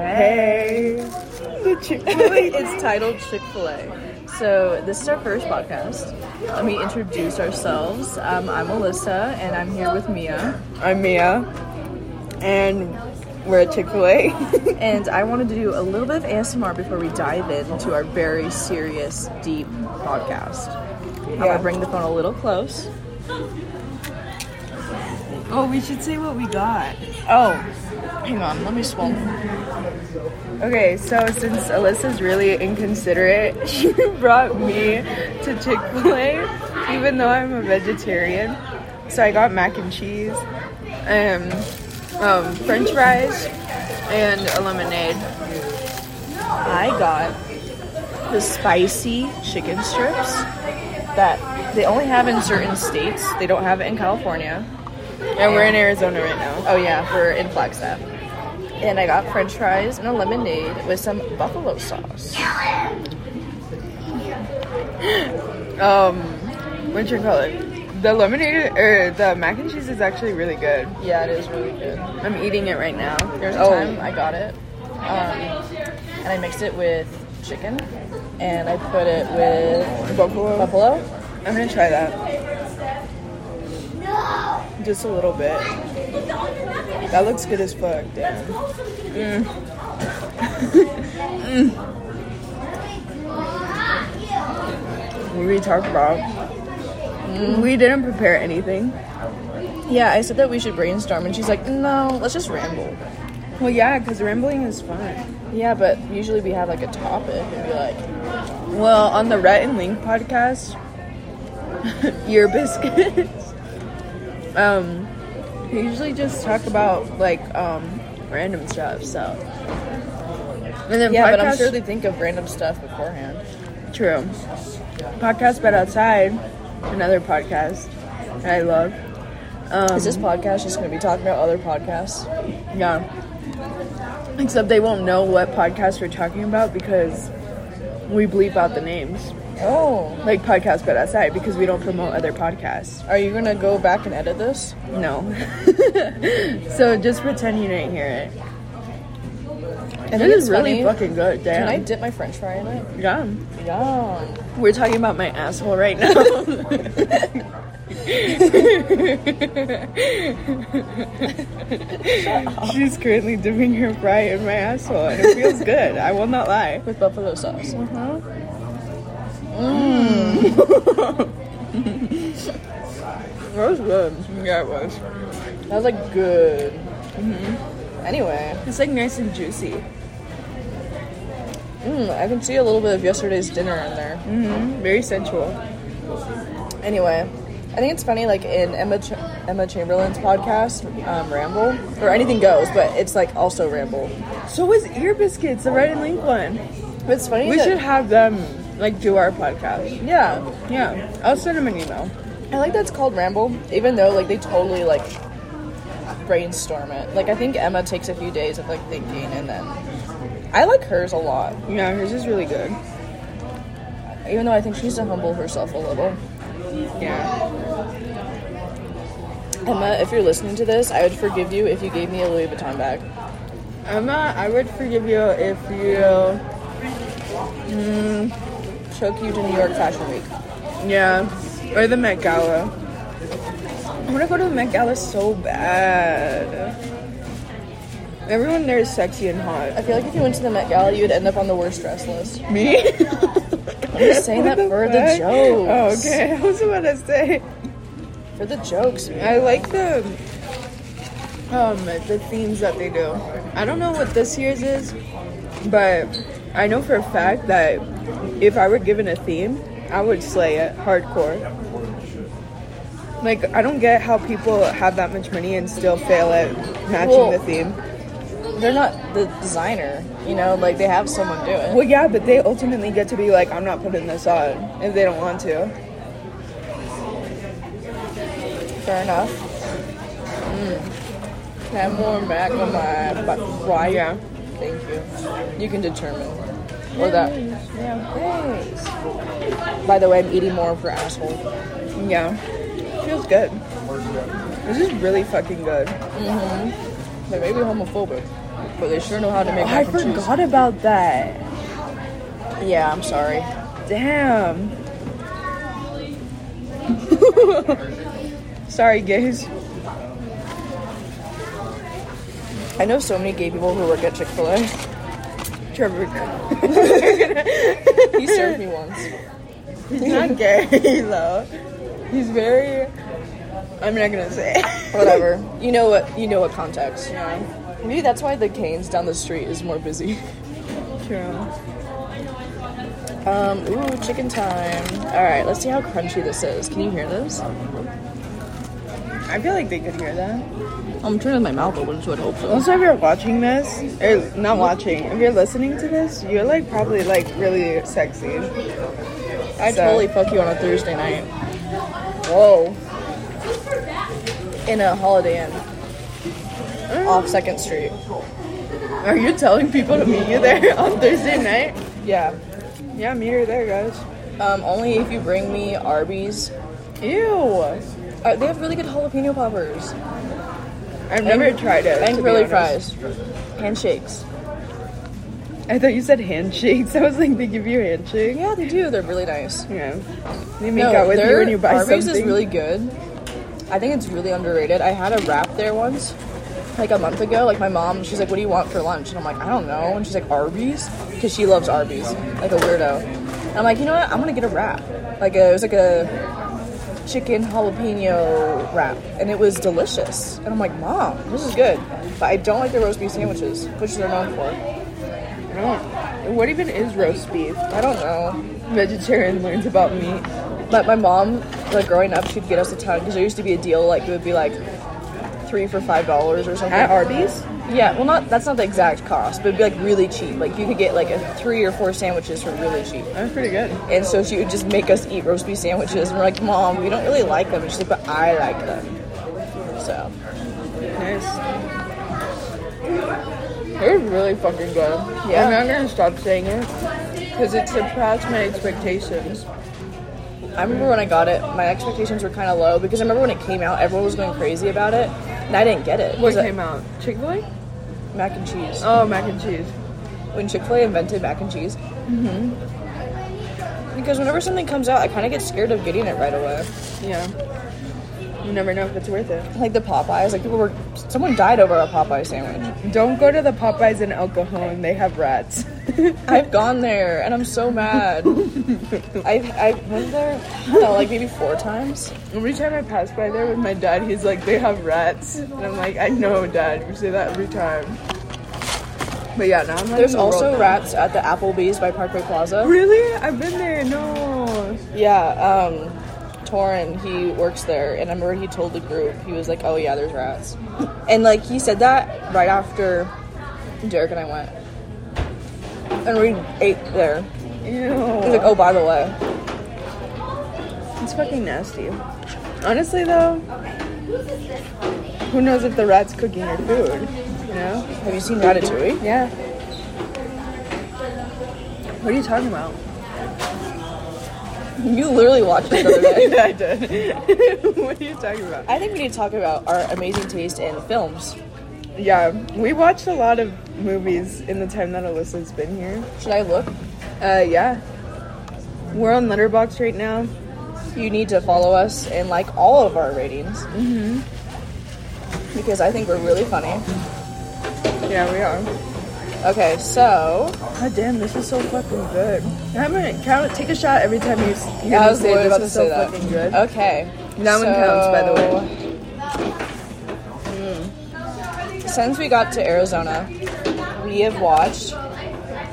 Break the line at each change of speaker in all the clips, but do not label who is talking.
Hey. The Chick fil
It's titled Chick Fil A. So this is our first podcast. Let me introduce ourselves. Um, I'm Alyssa, and I'm here with Mia.
I'm Mia. And we're at Chick fil A.
And I wanted to do a little bit of ASMR before we dive into our very serious, deep podcast. I'm
Yeah.
gonna bring the phone a little close.
Oh, we should say what we got.
Oh, hang on. Let me swallow.
okay, so since Alyssa's really inconsiderate, she brought me to Chick fil A, even though I'm a vegetarian. So I got mac and cheese, and um, french fries, and a lemonade.
I got the spicy chicken strips that they only have in certain states. They don't have it in California.
And we're in Arizona right now.
Oh yeah, we're in Flagstaff. And I got French fries and a lemonade with some buffalo sauce.
Um, What you call it? The lemonade or the mac and cheese is actually really good.
Yeah, it is really good.
I'm eating it right now.
There's a
oh,
time I got it, um, and I mixed it with chicken, and I put it with
buffalo.
buffalo,
I'm gonna try that. Just a little bit. That looks good as fuck. Damn. What we talked about? We didn't prepare anything.
Yeah, I said that we should brainstorm, and she's like, "No, let's just ramble."
Well, yeah, because rambling is fun.
Yeah, but usually we have like a topic and be like,
Well, on the Rhett and Link podcast, your biscuits. um, we usually just talk about like um random stuff. So, and then
"Yeah, but I'm
podcast-
sure they think of random stuff beforehand."
True. Podcast But Outside, another podcast that I love. Um,
Is this podcast just going to be talking about other podcasts?
Yeah. Except they won't know what podcast we're talking about because we bleep out the names.
Oh,
Like Podcast But Outside because we don't promote other podcasts.
are you going to go back and edit this?
No. so just pretend you didn't hear it.
And
This is really fucking good,
Can I
damn.
dip my French fry in it?
Yeah.
Yeah.
We're talking about my asshole right now. She's currently dipping her fry in my asshole, and it feels good. I will not lie.
With buffalo sauce.
That was good. Yeah, it was.
That was like good. Mm-hmm. Anyway,
It's like nice and juicy.
mm, I can see a little bit of yesterday's dinner in there. Mm.
Very sensual.
Anyway, I think it's funny, like in Emma Ch- Emma Chamberlain's podcast, um, Ramble, or anything goes, but it's like also Ramble.
So was Ear Biscuits, the Red and Link one.
But it's funny.
We
that-
should have them like do our podcast.
Yeah,
Yeah, I'll send them an email.
I like that it's called Ramble, even though like they totally like brainstorm it. Like I think Emma takes a few days of like thinking, and then I like hers a lot,
Yeah, hers is really good.
even though I think she needs to humble herself a little.
Yeah.
Emma, if you're listening to this, I would forgive you if you gave me a Louis Vuitton bag.
Emma, I would forgive you if you
Took you to New York Fashion Week.
Yeah, or the Met Gala. I want to go to the Met Gala so bad. Everyone there is sexy and hot.
I feel like if you went to the Met Gala, you'd end up on the worst dress list.
Me?
I'm just saying that for the jokes.
Oh, okay. I was about to say.
For the jokes. man.
I like the um the themes that they do. I don't know what this year's is, but I know for a fact that if I were given a theme, I would slay it hardcore. Like I don't get how people have that much money and still fail at matching
Well-
the theme.
They're not the designer, you know. Like they have someone do it.
Well, yeah, but they ultimately get to be like, I'm not putting this on if they don't want to.
Fair enough. Mm.
Mm.
Can I have more back on my butt? Why?
Yeah.
Thank you. You can determine. Or that. Thanks. By the way, I'm eating more of her asshole.
Yeah, feels good. This is really fucking good.
Mm-hmm. Like, maybe homophobic. but they sure know how to make
Oh, I
mac and cheese.
forgot about that.
Yeah, I'm sorry.
Damn. Sorry, guys.
I know so many gay people who work at Chick Fil A.
Trevor,
He served me once.
he's not gay though. He's very. I'm not gonna say. it.
Whatever. You know what? You know what context.
yeah,
Maybe that's why the Canes down the street is more busy.
true.
Um, ooh, chicken time. All right, let's see how crunchy this is. Can you hear this?
I feel like they could hear that.
I'm turning my mouth open, so I'd hope so.
Also, if you're watching this, or not watching, if you're listening to this, you're like probably like really sexy.
I'd
So-
totally fuck you on a Thursday night
Whoa.
in a Holiday Inn off Second Street.
Are you telling people to meet you there on Thursday night?
Yeah.
Yeah, meet her there, guys.
Um, only if you bring me Arby's.
Ew.
Uh, they have really good jalapeno poppers
I've never tried it.
and
to be
curly
honest.
fries, handshakes.
I thought you said handshakes. I was like, they give you a handshake.
Yeah, they do. They're really nice.
Yeah. They make
no,
out with
their
you when you buy
Arby's
something.
is really good. I think it's really underrated. I had a wrap there once, like a month ago. Like my mom, she's like, "What do you want for lunch?" And I'm like, "I don't know." And she's like, "Arby's," because she loves Arby's, like a weirdo. And I'm like, you know what? I'm gonna get a wrap. Like a, it was like a chicken jalapeno wrap, and it was delicious. And I'm like, mom, this is good. But I don't like their roast beef sandwiches, which they're known for.
I don't- What even is roast beef?
I don't know.
Vegetarian learns about meat.
But my mom, like growing up, she'd get us a ton because there used to be a deal like it would be like three for five dollars or something.
At Arby's?
yeah, well, not that's not the exact cost, but it'd be like really cheap. Like you could get like a three or four sandwiches for really cheap.
That's pretty good.
And so she would just make us eat roast beef sandwiches, and we're like, Mom, we don't really like them. And she's like, But I like them. So
Nice. They're really fucking good.
Yeah.
I'm not gonna stop saying it because it surpassed my expectations.
I remember when I got it, my expectations were kind of low because I remember when it came out, everyone was going crazy about it, and I didn't get it.
What
Was it
came out? Chick Fil A?
mac and cheese?
Oh, mac and cheese.
when Chick Fil A invented mac and cheese. Because whenever something comes out, I kind of get scared of getting it right away.
Yeah. You never know if it's worth it.
Like the Popeyes, like people were, someone died over a Popeye sandwich.
Don't go to the Popeyes in El Cajon. They have rats.
I've gone there and I'm so mad. I've I've been there, I don't know, like maybe four times.
Every time I pass by there with my dad, he's like, they have rats. And I'm like, I know, dad. We say that every time. But yeah, now I'm like,
There's also rats at the Applebee's by Parkway Plaza.
Really? I've been there. No.
Yeah, um, Torin, he works there, and I remember he told the group, he was like, oh yeah, there's rats. And like he said that right after Derek and I went. And we ate there. He was
Ew.
like, oh, by the way.
It's fucking nasty. Honestly, though, who knows if the rat's cooking your food? You know?
Have you seen Ratatouille?
Yeah. What are you talking about?
You literally watched it the other day.
I did. what are you talking about?
I think we need to talk about our amazing taste in films.
Yeah, we watched a lot of movies in the time that Alyssa's been here.
Should I look?
Uh, yeah. We're on Letterbox right now.
You need to follow us and like all of our ratings. Mm-hmm. Because I think we're really funny.
Yeah, we are.
Okay, so
God damn, this is so fucking good. I'm gonna count. Take a shot every time you s- hear
I
me
was
say Oh, this
literally about
is
to
so
say that.
fucking good.
Okay.
That one counts, by the way.
Mm. Since we got to Arizona, we have watched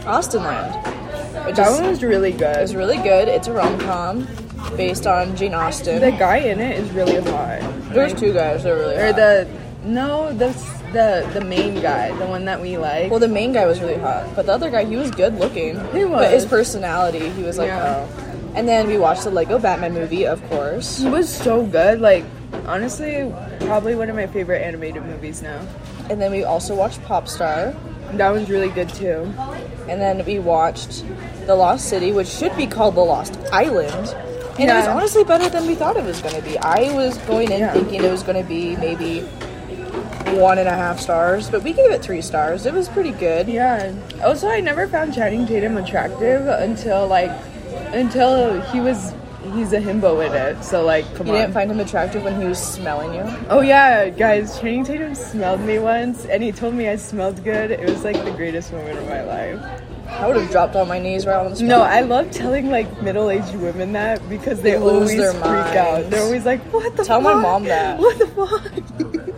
Austinland, which
that
is
one was really good.
is really good. It's a rom com based on Jane Austen.
the guy in it is really hot.
There's two guys that are really
Or
hot.
the no, the the the main guy, the one that we like.
well, the main guy was really hot, but the other guy, he was good looking.
He
But his
was.
personality, he was like,
Yeah.
oh. And then we watched the Lego Batman movie, of course.
It was so good. Like honestly, probably one of my favorite animated movies now.
And then we also watched Popstar.
That one's really good too.
And then we watched The Lost City, which should be called The Lost Island. And it was
Yeah.
honestly better than we thought it was going to be. I was going in
Yeah.
thinking it was going to be maybe one and a half stars, but we gave it three stars. It was pretty good.
Yeah. Also, I never found Channing Tatum attractive until like until he was he's a himbo in it. So like, come
You
on.
didn't find him attractive when he was smelling you?
oh yeah, guys, Channing Tatum smelled me once, and he told me I smelled good. It was like the greatest moment of my life.
I would have dropped on my knees right on the spot.
No, I love telling like middle-aged women that because they,
They lose
always
their
freak out.
minds.
They're always like, "What the?
Tell my
fuck?
mom that.
What the fuck?"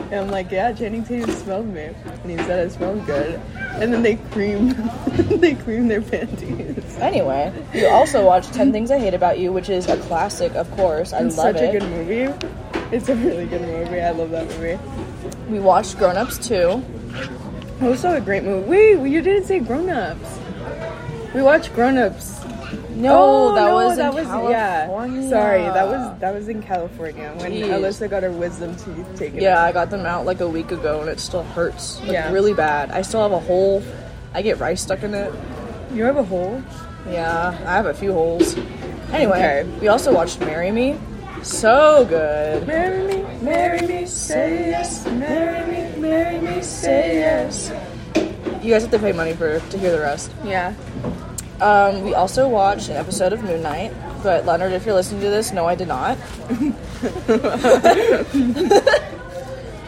and I'm like, "Yeah, Channing Tatum smelled me, and he said I smelled good." And then they cream, they cream their panties.
Anyway, you also watched 10 Things I Hate About You, which is a classic, of course. I
It's
love
such
it.
a good movie. It's a really good movie. I love that movie.
We watched Grown Ups too.
Also a great movie. Wait, well, you didn't say Grown Ups. We watched Grown Ups.
No,
Oh,
Oh, that was in
yeah.
California.
Sorry, that was that was in California when
Jeez.
Alyssa got her wisdom teeth taken.
Yeah, I got them out like a week ago and it still hurts. Like,
Yeah.
really bad. I still have a hole. I get rice stuck in it.
out. you have a hole.
Yeah, I have a few holes. Anyway,
Okay.
we also watched Marry Me. So good.
Marry me, marry me, say yes. Marry me, marry me, say yes.
You guys have to pay money for to hear the rest.
Yeah.
Um, we also watched an episode of Moon Knight, but Leonard, if you're listening to this, no, I did not.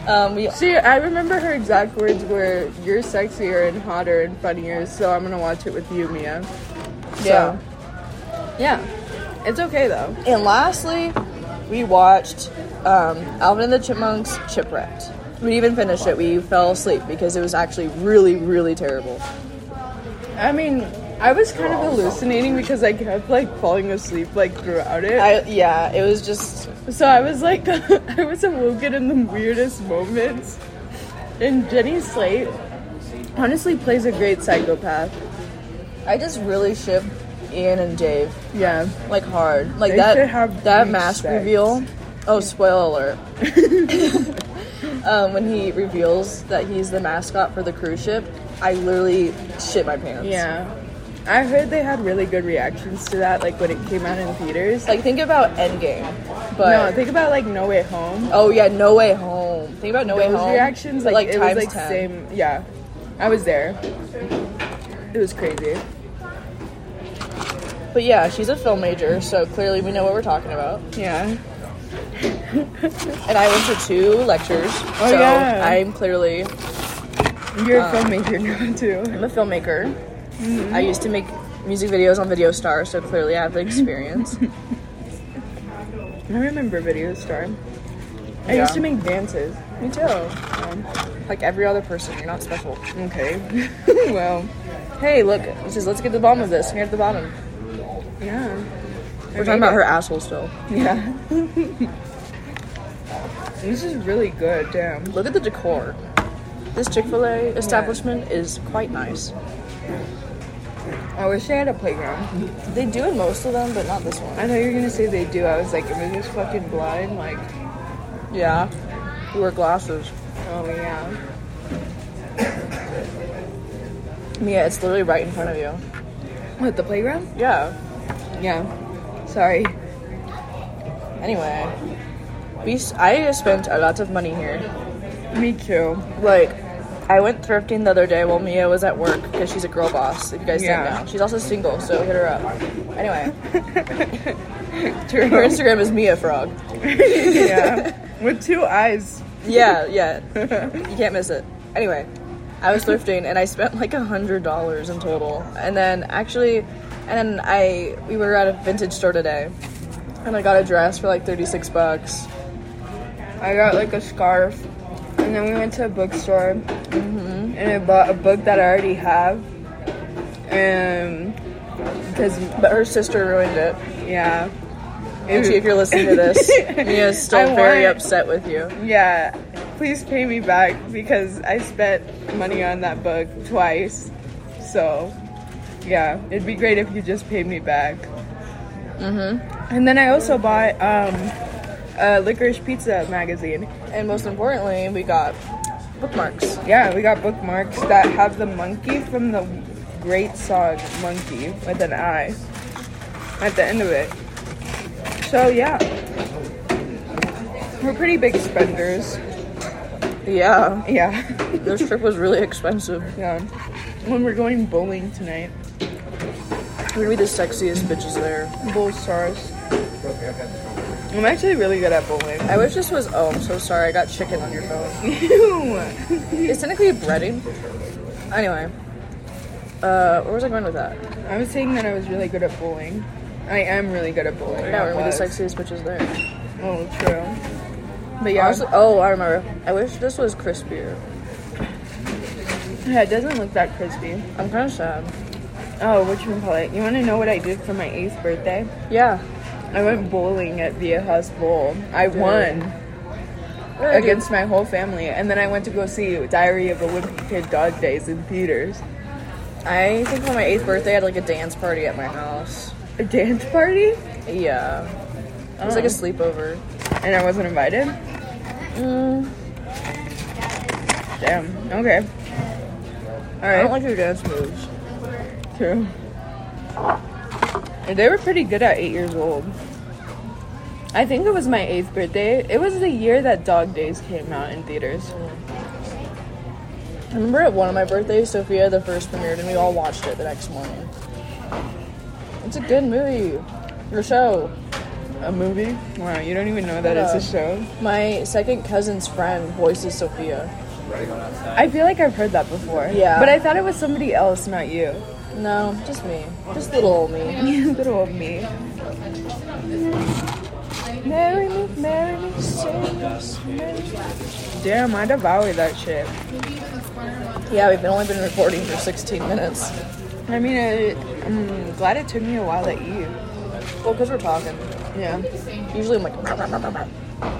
um, we
See, I remember her exact words were, "You're sexier and hotter and funnier, so I'm gonna watch it with you, Mia."
yeah.
Yeah. It's okay though.
And lastly, we watched um, Alvin and the Chipmunks Chipwrecked. We didn't even finish it. We fell asleep because it was actually really, really terrible.
I mean, I was kind of hallucinating because I kept like falling asleep like throughout it.
I yeah, it was just
so I was like, I was awoken in the weirdest moments. And Jenny Slate honestly plays a great psychopath.
I just really ship Ian and Dave
Yeah.
like hard. Like
They should
that
have
that
huge
mask
sex.
reveal. Oh, spoiler alert. um, when he reveals that he's the mascot for the cruise ship, I literally shit my pants.
Yeah. I heard they had really good reactions to that, like when it came out in theaters.
Like think about Endgame,
no,
but
think about like No Way Home.
oh yeah, No Way Home. Think about No Way
Those
Home.
reactions,
but,
like, it was
times
like
10.
same. Yeah, I was there. It was crazy.
But yeah, she's a film major, so clearly we know what we're talking about.
Yeah.
And I went to two lectures,
Oh,
so
yeah.
I'm clearly
You're a filmmaker now too.
I'm a filmmaker. I used to make music videos on Video Star, so clearly I have the experience.
I remember Video Star. I
Yeah.
used to make dances.
Me too. Like every other person, you're not special.
Okay. well,
Hey, look, it says let's get to the bottom of this. Here at the bottom.
yeah.
We're talking about her asshole still.
Yeah. this is really good, damn.
Look at the decor. This Chick-fil-A establishment is quite nice.
I wish they had a playground.
They do in most of them, but not this one.
I know you're gonna say they do. I was like, am I just fucking blind? Like,
Yeah. You wear glasses.
oh yeah.
Mia, it's literally right in front of you.
What, the playground?
Yeah.
Yeah. Sorry.
Anyway. We, s- I spent a lot of money here.
Me too.
Like, I went thrifting the other day while Mia was at work because she's a girl boss. If you guys
Yeah.
didn't know, she's also single, so hit her up. Anyway, her
True.
Instagram is Mia Frog.
yeah. With two eyes.
Yeah, yeah, you can't miss it. Anyway, I was thrifting and I spent like a hundred dollars in total. And then actually, and then I we were at a vintage store today, and I got a dress for like thirty six bucks.
I got like a scarf, and then we went to a bookstore,
Mm-hmm.
and I bought a book that I already have, and
Because but her sister ruined it.
yeah,
Angie, if you're listening to this, Mia's
I
still very
want-
upset with you.
yeah. Please pay me back because I spent money on that book twice, so yeah, it'd be great if you just paid me back. Mm-hmm. And then I also bought um, a licorice pizza magazine.
And most importantly, we got bookmarks.
Yeah, we got bookmarks that have the monkey from the great song Monkey with an I at the end of it. So, yeah. We're pretty big spenders.
Yeah,
Yeah.
their trip was really expensive.
yeah. When we're going bowling tonight,
We're gonna be the sexiest bitches there.
bowl stars. I'm actually really good at bowling.
I wish this was. Oh, I'm so sorry. I got chicken on your phone.
Ew.
it's technically breading. Anyway, uh, where was I going with that?
I was saying that I was really good at bowling. I am really good at bowling.
Yeah, we're
I
gonna be the
was.
sexiest bitches there.
Oh, true. But yeah,
Yeah. Honestly, oh, I remember. I wish this was crispier.
yeah, it doesn't look that crispy.
I'm kind of sad.
Oh, which one call it? You want to know what I did for my eighth birthday?
Yeah.
I went bowling at Viejas Bowl. I won
I did.
against my whole family, and then I went to go see Diary of a Wimpy Kid Dog Days in theaters.
I think on my eighth birthday, I had like a dance party at my house.
A dance party, Oh.
Yeah. It was like a sleepover.
and I wasn't invited. Damn. Okay. All
I
right.
don't like your dance moves.
True. And They were pretty good at eight years old. I think it was my eighth birthday. It was the year that Dog Days came out in theaters.
I remember at one of my birthdays, Sophia the first premiered, and we all watched it the next morning. It's a good movie. Your show.
A movie? Wow, you don't even know that it's a show.
My second cousin's friend voices Sophia.
I feel like I've heard that before.
Yeah.
But I thought it was somebody else, not you.
No, just me. Just little old me.
Little old me. Marry me, marry me, save me, marry me. Damn, I devoured that shit.
Yeah, we've been- only been recording for 16 minutes.
I mean, I, I'm glad it took me a while to eat.
Well, because we're talking.
Yeah.
Usually I'm like. "Bah, bah, bah, bah, bah."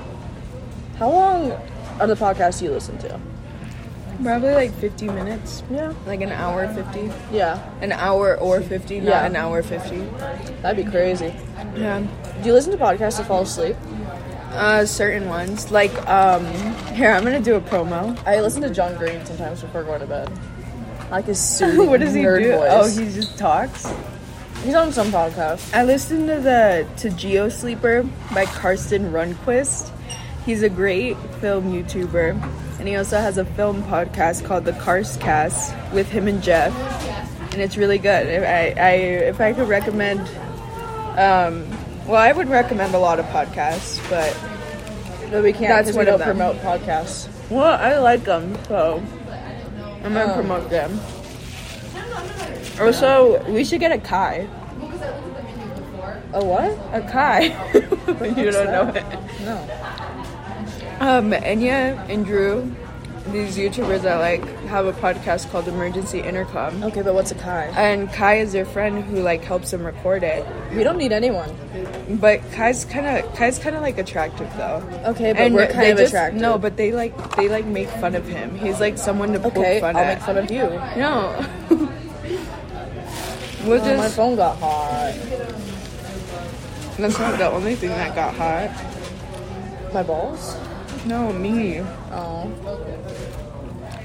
How long are the podcasts you listen to?
Probably like 50 minutes.
Yeah.
Like an hour 50.
Yeah,
An hour or 50, not
Yeah.
an hour 50.
that'd be crazy.
Yeah.
Do you listen to podcasts to fall asleep?
Uh, certain ones. Like, um, here, I'm gonna do a promo.
I listen to John Green sometimes before going to bed. I like his soothing
what does he
nerd
do?
voice.
Oh, he just talks.
he's on some podcast.
I listened to the To Geo Sleeper by Karsten Rundquist. He's a great film YouTuber, and he also has a film podcast called The Karst Cast with him and Jeff, and it's really good. If I, I if I could recommend, um, well, I would recommend a lot of podcasts, but
No, we can't.
That's
'cause we
one
don't
of them.
promote podcasts.
well, I like them, so I'm gonna
Oh.
promote them. Also, we should get a Kai.
A what?
A Kai. you don't know it.
No.
Um, Enya and Drew, these YouTubers that like have a podcast called Emergency Intercom.
Okay, but what's a Kai?
And Kai is their friend who like helps them record it.
We don't need anyone.
But Kai's kinda Kai's kinda like attractive though.
Okay, but we're kind
they
of
just-
attractive.
No, but they like they like make fun of him. He's like someone to poke
Okay,
fun
I'll
at.
make fun of you.
no. we'll
Oh, my
just
phone got hot.
that's not the only thing that got hot.
My balls.
No, me.
Oh.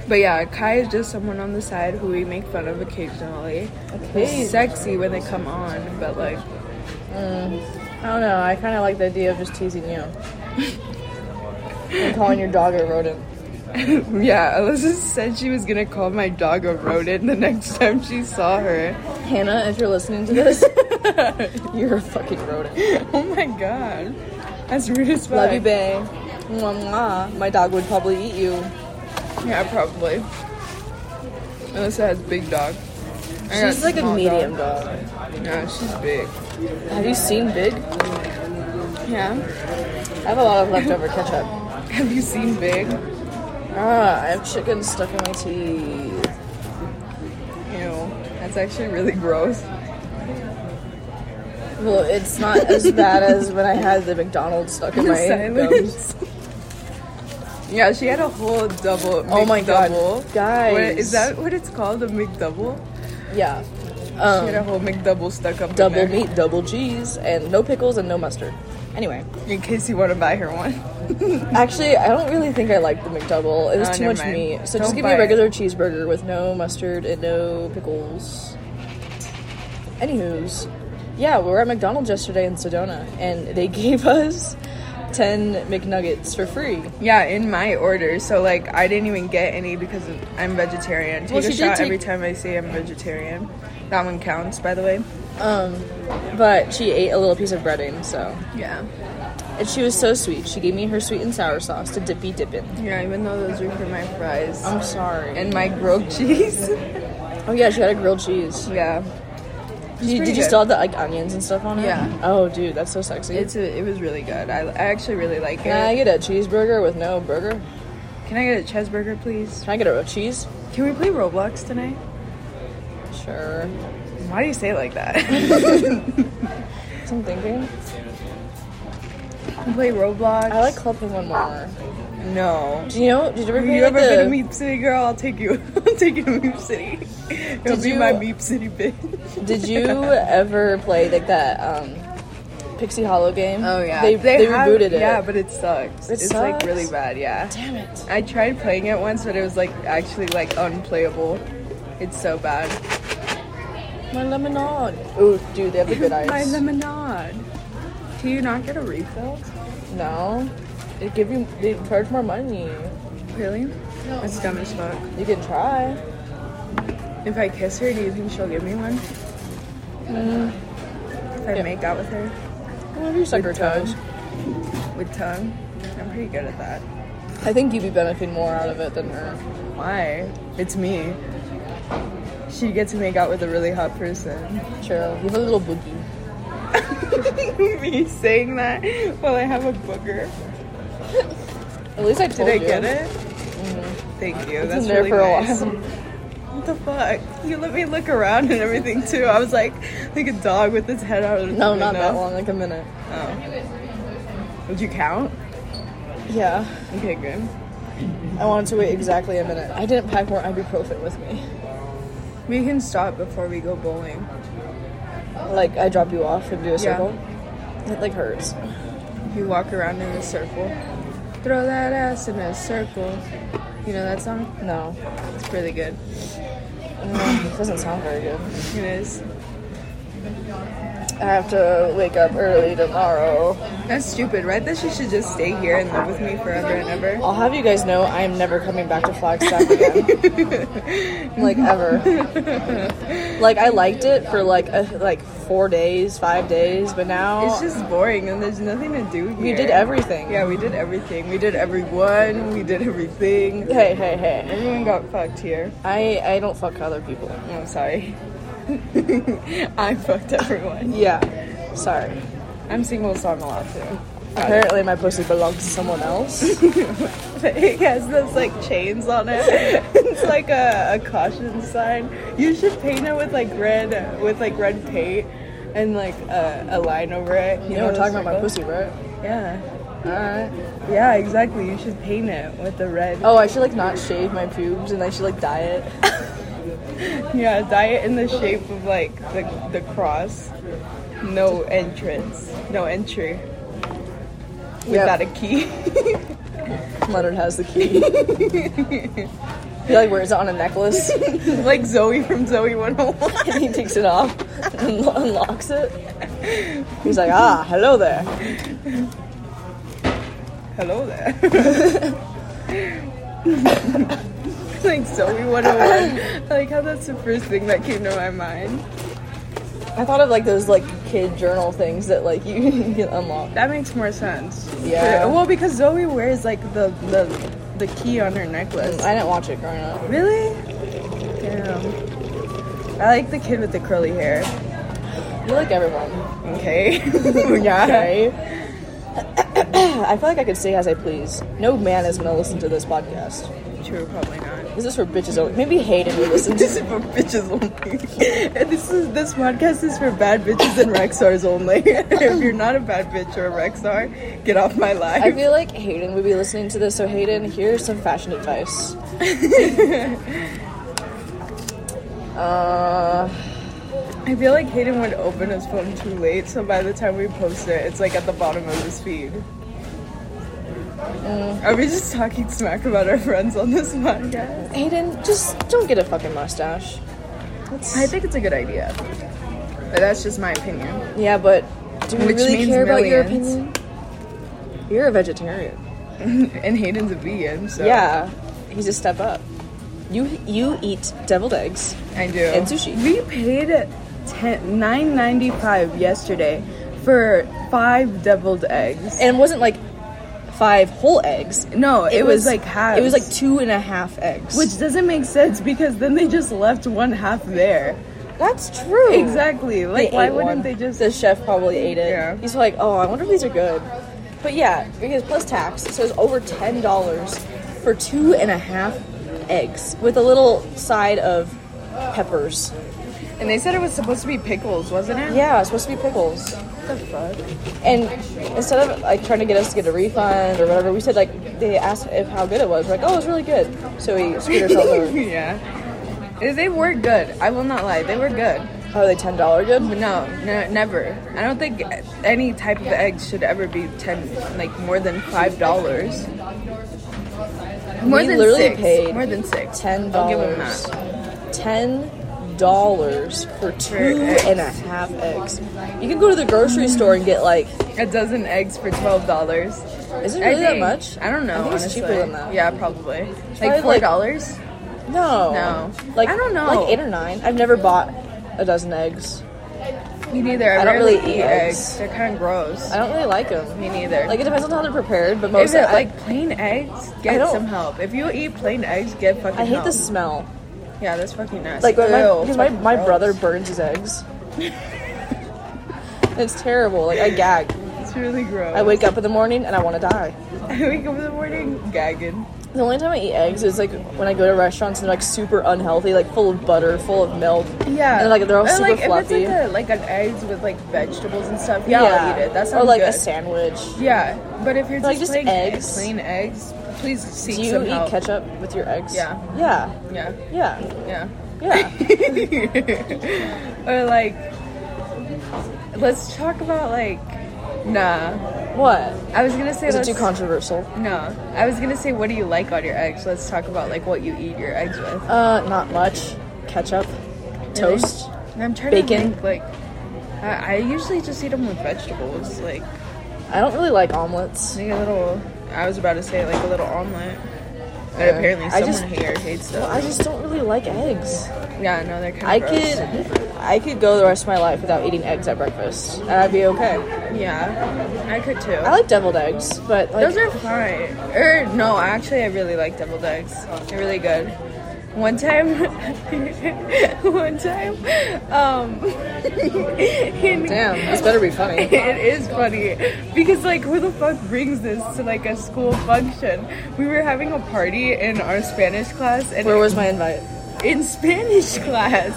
But yeah, Kai is just someone on the side who we make fun of occasionally.
Okay.
Sexy when they come on, but like
I don't know. I kind of like the idea of just teasing you and calling your dog a rodent.
Yeah, Alyssa said she was gonna call my dog a rodent the next time she saw her.
Hannah, if you're listening to this, you're a fucking rodent.
Oh my god. That's rude as fuck.
Love you, bae. Mwah, mwah. My dog would probably eat you.
Yeah, probably. Alyssa has big dog. I got
She's like a
small
medium dog.
Dog. Yeah, she's big.
Have you seen Big?
Yeah.
I have a lot of leftover ketchup.
Have you seen Big?
Ah, I have chicken stuck in my teeth.
Ew. That's actually really gross.
Well, it's not as bad as when I had the McDonald's stuck in my gums.
Silence. Yeah, she had a whole double.
Oh my god,
McDouble.
guys!
What, is that what it's called? A McDouble?
Yeah,
she had a whole McDouble stuck up in
Um, double
there.
meat, double cheese, and no pickles and no mustard. Anyway,
In case you want to buy her one.
actually, I don't really think I like the McDouble. It was
Ah,
too
never
much
mind.
meat. So
Don't
just give me
buy
a
it.
regular cheeseburger with no mustard and no pickles. Anywho's, yeah, we were at McDonald's yesterday in Sedona, and they gave us ten McNuggets for free.
Yeah, in my order. So like, I didn't even get any because of, I'm vegetarian. Take
Well,
a
she did
shot
take-
every time I say I'm vegetarian. That one counts, by the way.
Um, but she ate a little piece of breading, so
Yeah.
and she was so sweet. She gave me her sweet and sour sauce to dippy dip in.
Yeah, even though those are for my fries
I'm sorry. And
and my grilled cheese.
oh yeah, she had a grilled cheese.
yeah.
Did, you-
pretty
did you
good.
still have the like onions and stuff on it?
Yeah.
Oh dude, that's so sexy.
It's a, it was really good. I, I actually really like it.
Can I get a cheeseburger with no burger?
Can I get a cheeseburger, please?
Can I get a cheese?
Can we play Roblox tonight?
Sure.
Why do you say it like that?
So I'm thinking.
play Roblox.
I like Club Penguin more.
No.
Do you know? Did you ever
Have
play
you
like,
ever been
the?
to Meep City, girl? I'll take you. I'll take you to Meep City. It'll
Did
be
you-
my Meep City bitch.
Did you ever play like that um, Pixie Hollow game? they,
Oh, they,
they,
have-
rebooted it.
Yeah, but it sucks.
It
it's like
sucks?
really bad. Yeah.
damn it,
I tried playing it once, but it was like actually like unplayable. It's so bad.
my lemonade. Ooh, dude, they have the good ice.
My lemonade. Do you not get a refill?
no, they give you they charge more money.
Really? That's dumb as fuck.
You can try.
If I kiss her, do you think she'll give me one? Mm. If I
Yeah.
make out with her
Whatever you suck her toes.
with tongue, I'm pretty good at that.
I think you'd be benefiting more out of it than her.
Why? It's me. She gets to make out with a really hot person.
Sure, you have a little boogie.
me saying that while I have a booger.
At least I
Did
told
I
you.
get it? Thank you. That's
Mm-hmm. in there
really
for a
nice.
while.
What the fuck? You let me look around and everything too. I was like, like a dog with its head out of the
No,
window.
not that long. Like a minute.
Would you count?
Yeah,
Okay, good.
I wanted to wait exactly a minute. I didn't pack more ibuprofen with me.
We can stop before we go bowling.
Like I drop you off and do a circle. It like hurts.
You walk around in a circle. Throw that ass in a circle. You know that song?
No,
It's really good.
it doesn't sound very good.
It is.
I have to wake up early tomorrow.
That's stupid, right? That she should just stay here and live with me forever and ever.
I'll have you guys know I am never coming back to Flagstaff again. like ever. Like I liked it for like a, like four days, five days, but now
It's just boring and there's nothing to do here.
we did everything.
Yeah, we did everything. We did everyone. We did everything.
Hey, hey, hey!
Everyone got fucked here.
I I don't fuck other people.
I'm sorry. I fucked everyone.
Yeah, sorry.
I'm single, so I'm allowed to.
Apparently my pussy belongs to someone else.
But it has those like chains on it. it's like a, a caution sign. You should paint it with like red with like red paint and like a, a line over it.
You know we're
the
talking about my
circle?
pussy, right?
Yeah, Uh,
All right.
yeah, exactly. You should paint it with the red.
Oh, I should like not shave my pubes and I should like dye it.
Yeah, dye it in the shape of like the the cross. No entrance, no entry. Without a key.
Leonard has the key. he like wears it on a necklace.
like Zoe from Zoe 101.
and he takes it off and lo- unlocks it. He's like, ah, hello there.
Hello there. like Zoe 101. I like how that's the first thing that came to my mind.
I thought of like those like kid journal things that like you can unlock.
That makes more sense.
Yeah.
Well, because Zoe wears like the the, the key on her necklace.
I didn't watch it growing up.
really? Damn. I like the kid with the curly hair.
You like everyone.
Okay. yeah.
Okay. I feel like I could say as I please. No man is gonna listen to this podcast.
True, probably not.
This is for bitches only. Maybe Hayden would listen to
This is for bitches only. And this is this podcast is for bad bitches and Rexars only. if you're not a bad bitch or a Rexar, get off my life.
I feel like Hayden would be listening to this, so Hayden, here's some fashion advice. uh,
I feel like Hayden would open his phone too late, so by the time we post it, it's like at the bottom of his feed. Are we just talking smack about our friends on this podcast?
Hayden, just don't get a fucking mustache. That's,
I think it's a good idea. But that's just my opinion.
yeah, but do we
Which
really
means
care about your
millions.
opinion? You're a vegetarian.
and Hayden's a vegan, so
Yeah, he's a step up. You you eat deviled eggs.
I do.
And sushi.
We paid ten nine ninety five yesterday for five deviled eggs.
and it wasn't like five whole eggs.
No, it, was, like half.
It was like two and a half eggs.
which doesn't make sense because then they just left one half there.
that's true.
Exactly. Like,
They
why
ate
wouldn't
one.
they just?
The chef probably ate it.
Yeah.
He's like, oh, I wonder if these are good. But yeah, because plus tax, so it's over ten dollars for two and a half eggs with a little side of peppers.
And they said it was supposed to be pickles, wasn't it?
Yeah, it's supposed to be pickles. And instead of like trying to get us to get a refund or whatever, we said like they asked if how good it was. We're like, oh, it's really good. So we screwed ourselves over.
yeah. Is- They were good. I will not lie. They were good.
Oh, are they ten dollar good?
But no, no, never. I don't think any type of egg should ever be ten, like more than five dollars. More
we
than
literally
six.
paid
More than six.
ten
I'll give them
dollars.
that.
Ten dollars for two
eggs.
and a half eggs. You can go to the grocery store and get like,
A dozen eggs for twelve dollars.
is it really that much?
I don't know.
I think it's
honestly.
cheaper than that.
Yeah, probably.
probably
Like
like-
four dollars.
No,
No.
Like
I don't know.
Like eight or nine. I've never bought a dozen eggs.
Me neither. I,
I don't
rarely
really eat
eat eggs.
eggs.
They're kind of gross.
I don't really like them.
Me neither.
Like it depends on how they're prepared, but most
if it
I,
like plain eggs,
I
get
don't-
some help. If you eat plain eggs, get fucking.
I hate
help.
the smell.
Yeah, that's fucking nasty.
Like
Ew,
because my,
fucking
my
gross.
brother burns his eggs. it's terrible. Like I gag.
It's really gross.
I wake up in the morning and I want to die.
I wake up in the morning gagging.
The only time I eat eggs is like when I go to restaurants and they're like super unhealthy, like full of butter, full of milk.
Yeah,
And like they're all
Or,
super
like,
fluffy.
If it's like, a, like an eggs with like vegetables and stuff, yeah, I'll eat it. That
Or
sounds
like a
good.
sandwich.
yeah, but if you're
Like,
just,
just
plain
eggs.
plain eggs, please seek
Do you
some
eat
help.
ketchup with your eggs?
Yeah.
Yeah.
Yeah,
Yeah.
yeah.
Yeah.
Or like, let's talk about like. Nah,
what?
I was gonna say
Is it
let's.
too controversial?
no, I was gonna say what do you like on your eggs? Let's talk about like what you eat your eggs with.
Uh, not much. Ketchup, toast.
And I'm trying
Bacon.
to think like. I, I usually just eat them with vegetables, like
I don't really like omelets.
Like a little. I was about to say like a little omelet. But
Yeah.
apparently
I
someone
just-
here hates
Well,
those.
I just don't really like eggs.
yeah, no, they're kind of
I
gross.
could, I could go the rest of my life without eating eggs at breakfast, and I'd be okay.
Yeah, I could too.
I like deviled eggs, but like,
those are fine. Or no, actually, I really like deviled eggs. They're really good. One time, one time, um, in-
Damn, this better be funny.
it is funny because like who the fuck brings this to like a school function? We were having a party in our Spanish class and
Where was my invite?
in Spanish class.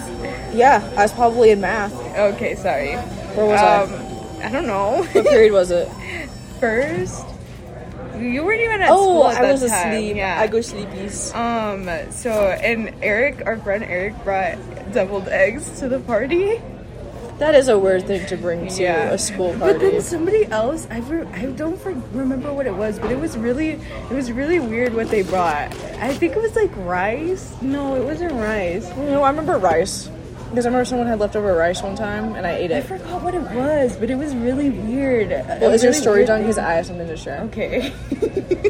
Yeah, I was probably in math.
Okay, sorry.
Where was
um,
I?
I don't know.
What period was it?
First, you weren't even at
Oh,
school at
I
that
was
time.
asleep.
Yeah.
I go sleepies.
um. So, and Eric, our friend Eric, brought deviled eggs to the party.
That is a weird thing to bring to a school
But then
party.
somebody else, I, re- I don't for- remember what it was, but it was really it was really weird what they brought. I think it was like rice. No, it wasn't rice.
You know, I remember rice because I remember someone had leftover rice one time, and I ate
I
it.
forgot what it was, but it was really weird.
Well, is your story done?
done?
Because I have something to share.
Okay.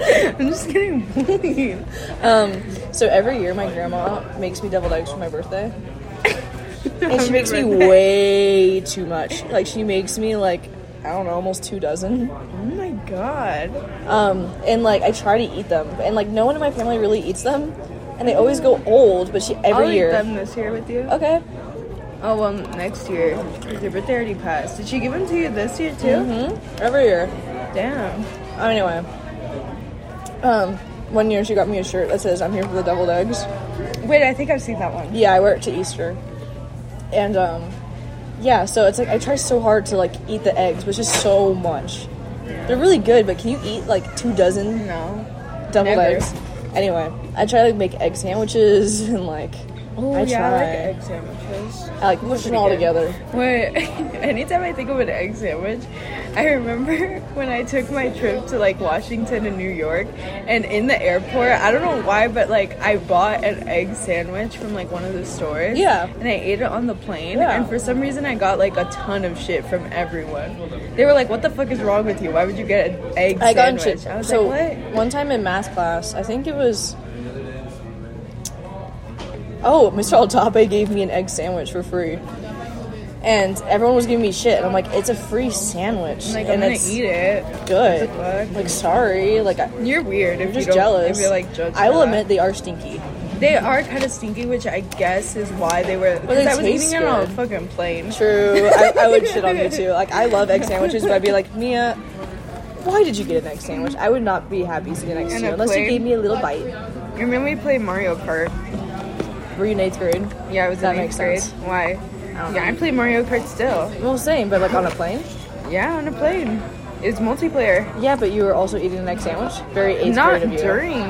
I'm just getting bullied.
Um, so every year my grandma makes me deviled eggs for my birthday. and she makes me way too much. Like she makes me like I don't know, almost two dozen.
Oh my god.
Um, and like I try to eat them, and like no one in my family really eats them, and they always go old. But she every
I'll
year.
eat them this year with you.
Okay.
Oh well, next year. 'cause Your birthday already passed. Did she give them to you this year too?
Mm-hmm. Every year.
Damn.
Um, anyway. Um, one year she got me a shirt that says "I'm here for the deviled eggs."
Wait, I think I've seen that one.
Yeah, I wear it to Easter. And um yeah, so it's like I try so hard to like eat the eggs, which is so much. They're really good, but can you eat like two dozen
No.
deviled
never.
eggs? Anyway, I try to like make egg sandwiches and like
Oh
I
yeah, I like
try.
egg sandwiches.
I like push it all
good.
together.
Wait, anytime I think of an egg sandwich, I remember when I took my trip to like Washington and New York, and in the airport, I don't know why, but like I bought an egg sandwich from like one of the stores.
Yeah.
And I ate it on the plane,
Yeah.
and for some reason, I got like a ton of shit from everyone. They were like, "What the fuck is wrong with you? Why would you get an egg
I got in
sandwich?"
shit.
I was
so
like, "What?"
one time in math class, I think it was. Oh, Mr. Altape gave me an egg sandwich for free, and everyone was giving me shit, and I'm like, it's a free sandwich,
Like I'm
and
gonna
it's
eat it.
good.
What the fuck?
Like sorry, like I,
You're weird. If
I'm
you
just
don't-
jealous.
If you're like judged.
I will
for that.
admit they are stinky.
They are kind of stinky, which I guess is why they were.
they
Because I was
taste
eating it on a
good.
fucking plane.
True, I, I would shit on you too. Like I love egg sandwiches, but I'd be like Mia. Why did you get an egg sandwich? I would not be happy to get an egg
And
sandwich
a
unless you
plate.
gave me a little bite.
You remember we played Mario Kart?
Were you in eighth grade?
Yeah, I was
That
in
makes
eighth grade.
sense.
Why?
don't
yeah, I play Mario Kart still.
Well, same, but like on a plane.
Yeah, on a plane. It's multiplayer.
Yeah, but you were also eating an egg sandwich. Very eighth
not
grade of you.
during,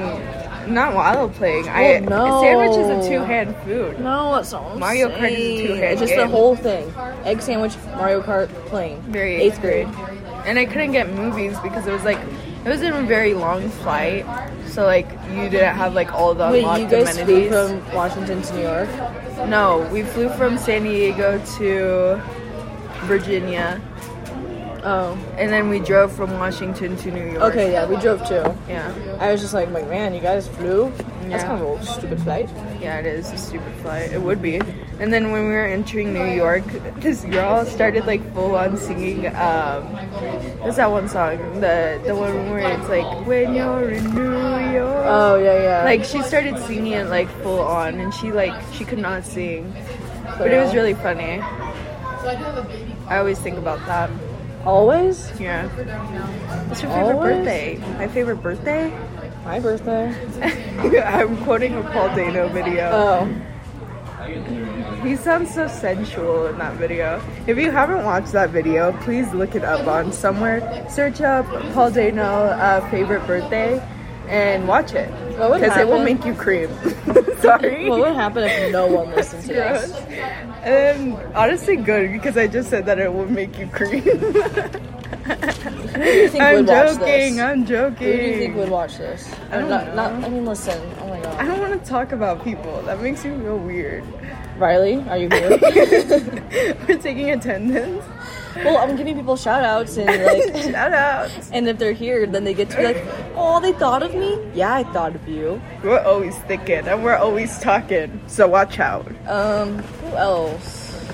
not while playing. I
Well,
sandwich is
no.
a two-hand food.
No, that's not. what I'm
Mario Kart is a
saying.
two-hand
Just the
game.
whole thing: egg sandwich, Mario Kart, plane.
Very
eighth grade.
And I couldn't get movies because it was like it was in a very long flight, so like you didn't have like all the
Wait,
unlocked
you guys flew
amenities.
from Washington to New York?
No, we flew from San Diego to Virginia,
Oh,
and then we drove from Washington to New York.
okay, yeah, we drove too.
Yeah,
I was just like, like, man, you guys flew. That's
Yeah.
kind of a stupid flight.
yeah, it is a stupid flight. It would be. And then when we were entering New York, this girl started like full on singing. Um, what's that one song? The the one where it's like when you're in New York.
Oh yeah, yeah.
like she started singing it like full on, and she like she could not sing, but it was really funny. I always think about that.
always
Yeah. What's your favorite
Always?
birthday? My favorite birthday?
my birthday.
I'm quoting a Paul Dano video.
Oh,
he sounds so sensual in that video. If you haven't watched that video, please look it up on somewhere. Search up Paul Dano uh, favorite birthday and watch it.
What would
Because it will
happen-
make you cream. Sorry.
what would happen if no one listened to
Gross.
this?
Um, honestly, good because I just said that it would make you cream.
Who do you think
I'm
would watch
joking.
this?
I'm joking.
Who do you think would watch this?
I don't
not, not-
know.
I mean, listen. Oh my
I
god.
don't want to talk about people. That makes me feel weird.
Riley, are you here?
We're taking attendance.
well, I'm giving people shout outs and like,
Shout out.
and if they're here, then they get to be like, oh, they thought of me. Yeah, I thought of you.
We're always thinking and we're always talking. So watch out.
Um, who else?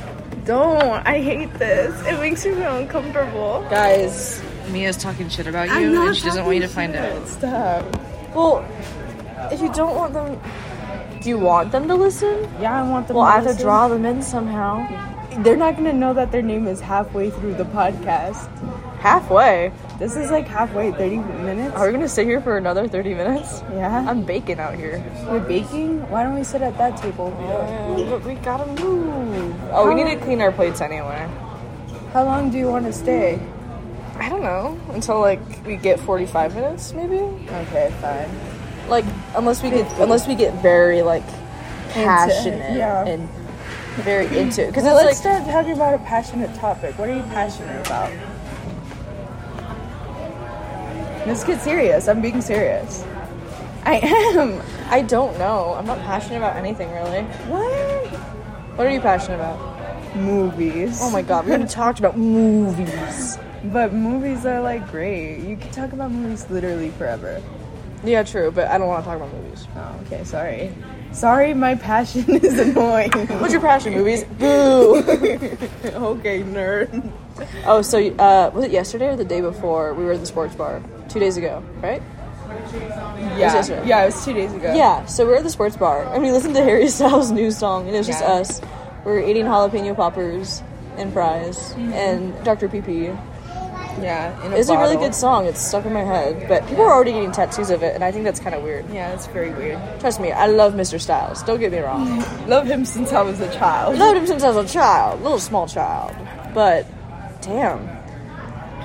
Don't. I hate this. It makes me feel uncomfortable.
Guys,
Mia's talking shit about
I'm
you,
not
and she doesn't want you to find out.
Stop.
well, if you don't want them, do you want them to listen?
Yeah, I want them.
Well, I have to
listen.
draw them in somehow.
They're not gonna know that their name is halfway through the podcast.
Halfway.
This is like halfway, 30 minutes.
Are we gonna sit here for another 30 minutes?
yeah.
I'm baking out here.
We're baking? Why don't we sit at that table?
but we gotta move. Oh, we need to clean our plates anyway.
How long do you want to stay?
I don't know until like we get 45 minutes maybe.
Okay, fine.
Like unless we get unless we get very like passionate
yeah.
and very into it because
Well, let's
it's like
start talking about a passionate topic. What are you passionate about? Let's get serious. I'm being serious.
I am. I don't know. I'm not passionate about anything really.
What?
What are you passionate about?
Movies.
Oh my god, we already talked about movies.
But movies are like great. You can talk about movies literally forever.
Yeah, true, but I don't want to talk about movies.
Oh, okay, sorry. Sorry, my passion is annoying.
What's your passion? Movies. Boo.
okay, nerd.
oh, so uh, was it yesterday or the day before we were at the sports bar? Two days ago, right?
Yeah. Yeah, it was two days ago.
Yeah, so we're at the sports bar and we listened to Harry Styles' new song, and it was just
Yeah.
us. We're eating jalapeno poppers and fries
Mm-hmm.
and Dr. PP.
Yeah. In
It's a really
bottle.
good song. It's stuck in my head, but people are already getting tattoos of it, and I think that's kind of weird.
Yeah, it's very weird.
Trust me, I love Mr. Styles. Don't get me wrong.
Loved him since I was a child.
Loved him since I was a child, little small child. But damn,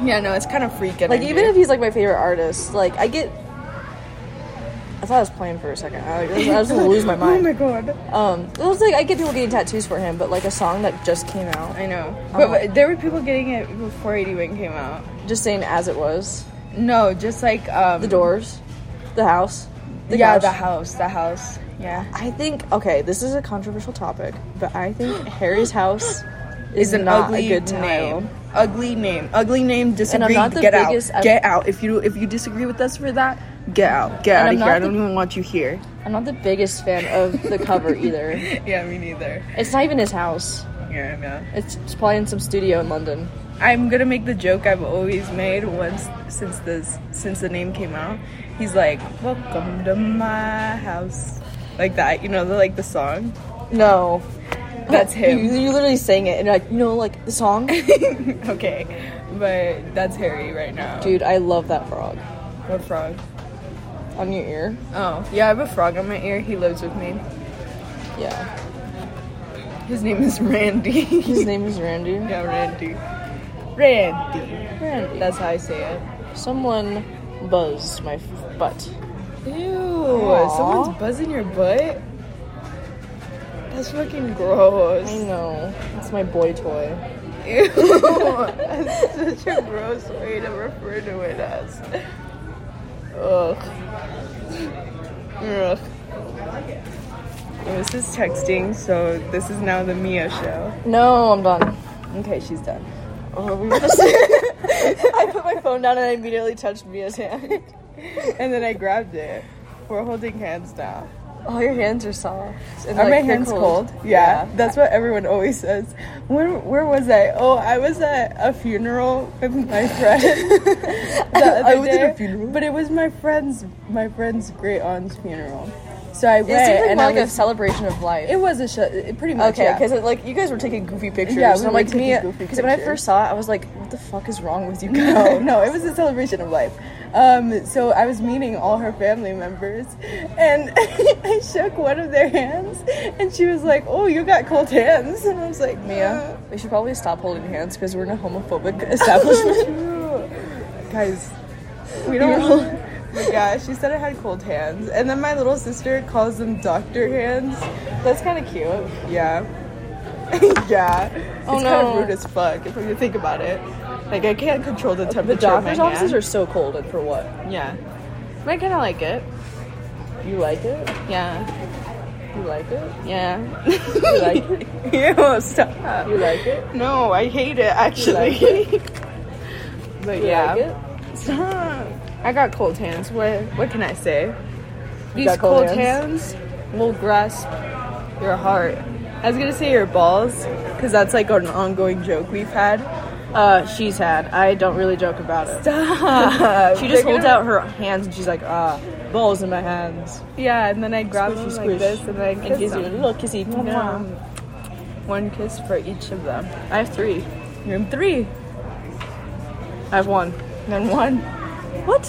Yeah, no, it's kind of freaking.
like even if he's like my favorite artist, like I get. I thought I was playing for a second. I, like, I was, I was gonna lose
Oh
my mind.
god.
Um, it was like I get people getting tattoos for him, but like a song that just came out,
I know. But, but there were people getting it before it even came out.
just saying as it was.
No, just like um
The Doors, the house, the
yeah,
couch.
the house, the house. Yeah.
I think okay, this is a controversial topic, but I think Harry's house
It's
is,
an
not
ugly
a good title.
name. Ugly name. Ugly name. Disagree.
not the
get
biggest-
out. Get out. If you if you disagree with us for that, get out. Get out
And
of
I'm
here.
not
I don't
the-
even want you here.
I'm not the biggest fan of the cover either.
Yeah, me neither.
It's not even his house.
Yeah, I know.
It's it's probably in some studio in London.
I'm gonna make the joke I've always made once since this since the name came out. He's like, "Welcome to my house," like that. You know, the, like the song.
No, Oh,
That's him.
You, you literally sang it, and you're like you know, like the song.
okay, but that's Harry right now.
Dude, I love that frog
What frog?
on your ear.
Oh, yeah, I have a frog on my ear. He lives with me.
Yeah,
His name is Randy.
his name is Randy.
yeah, Randy. Randy.
Randy.
That's how I say it.
Someone buzzed my f- butt.
Ew!
Aw.
Someone's buzzing your butt. That's fucking gross.
I know. It's my boy toy.
Ew. That's such a gross way to refer to it as. Ugh. Ugh. This is texting, so this is now the Mia show.
No, I'm done.
Okay, she's done.
Oh, we were just- I put my phone down and I immediately touched Mia's hand.
And then I grabbed it. We're holding hands now.
All your hands are soft. and,
Are
like,
my
they're
hands cold? Yeah, that's what everyone always says. Where where was I? Oh, I was at a funeral with my friend. the other
I was at a
day,
funeral?
but it was my friend's my friend's great aunt's funeral. So I
It
went,
seems like
and
more
I
like a
was,
celebration of life.
it was a sh- it pretty much
Okay,
yeah.
because like you guys were taking goofy pictures.
Yeah, we
and I'm
were
like
taking
me
goofy
because when I
pictures.
first saw it, I was like, "What the fuck is wrong with you guys?"
no, no, it was a celebration of life. Um, so I was meeting all her family members, and I shook one of their hands, and she was like, "Oh, you got cold hands," and I was like,
Mia, we should probably stop holding hands because we're in a homophobic establishment.
Guys, we don't. But yeah, she said I had cold hands, and then my little sister calls them doctor hands.
That's kind of cute.
Yeah, yeah.
Oh,
it's kind
no.
of rude as fuck if you think about it. Like I can't control the temperature.
Uh, The doctor's
of my
offices are
hand.
so cold, and for what?
yeah,
I kind of like it. You like it?
yeah,
You like it?
yeah.
You like it?
Ew, stop.
You like it?
No, I hate it actually.
like
but
You
yeah,
like it?
Stop. I got cold hands. What what can I say? These
got
cold,
cold
hands? will grasp your heart. I was gonna say your balls, because that's like an ongoing joke we've had.
Uh, she's had. I don't really joke about it.
Stop.
She just
They're
holds
gonna-
out her hands and she's like, ah, balls in my hands.
Yeah, and then I grab them
Squishy
like
squish.
this, and then I
And
kiss
gives you a
them.
little kissy.
Yeah. One kiss for each of them. I have three. You have three.
I have one.
Then one.
What?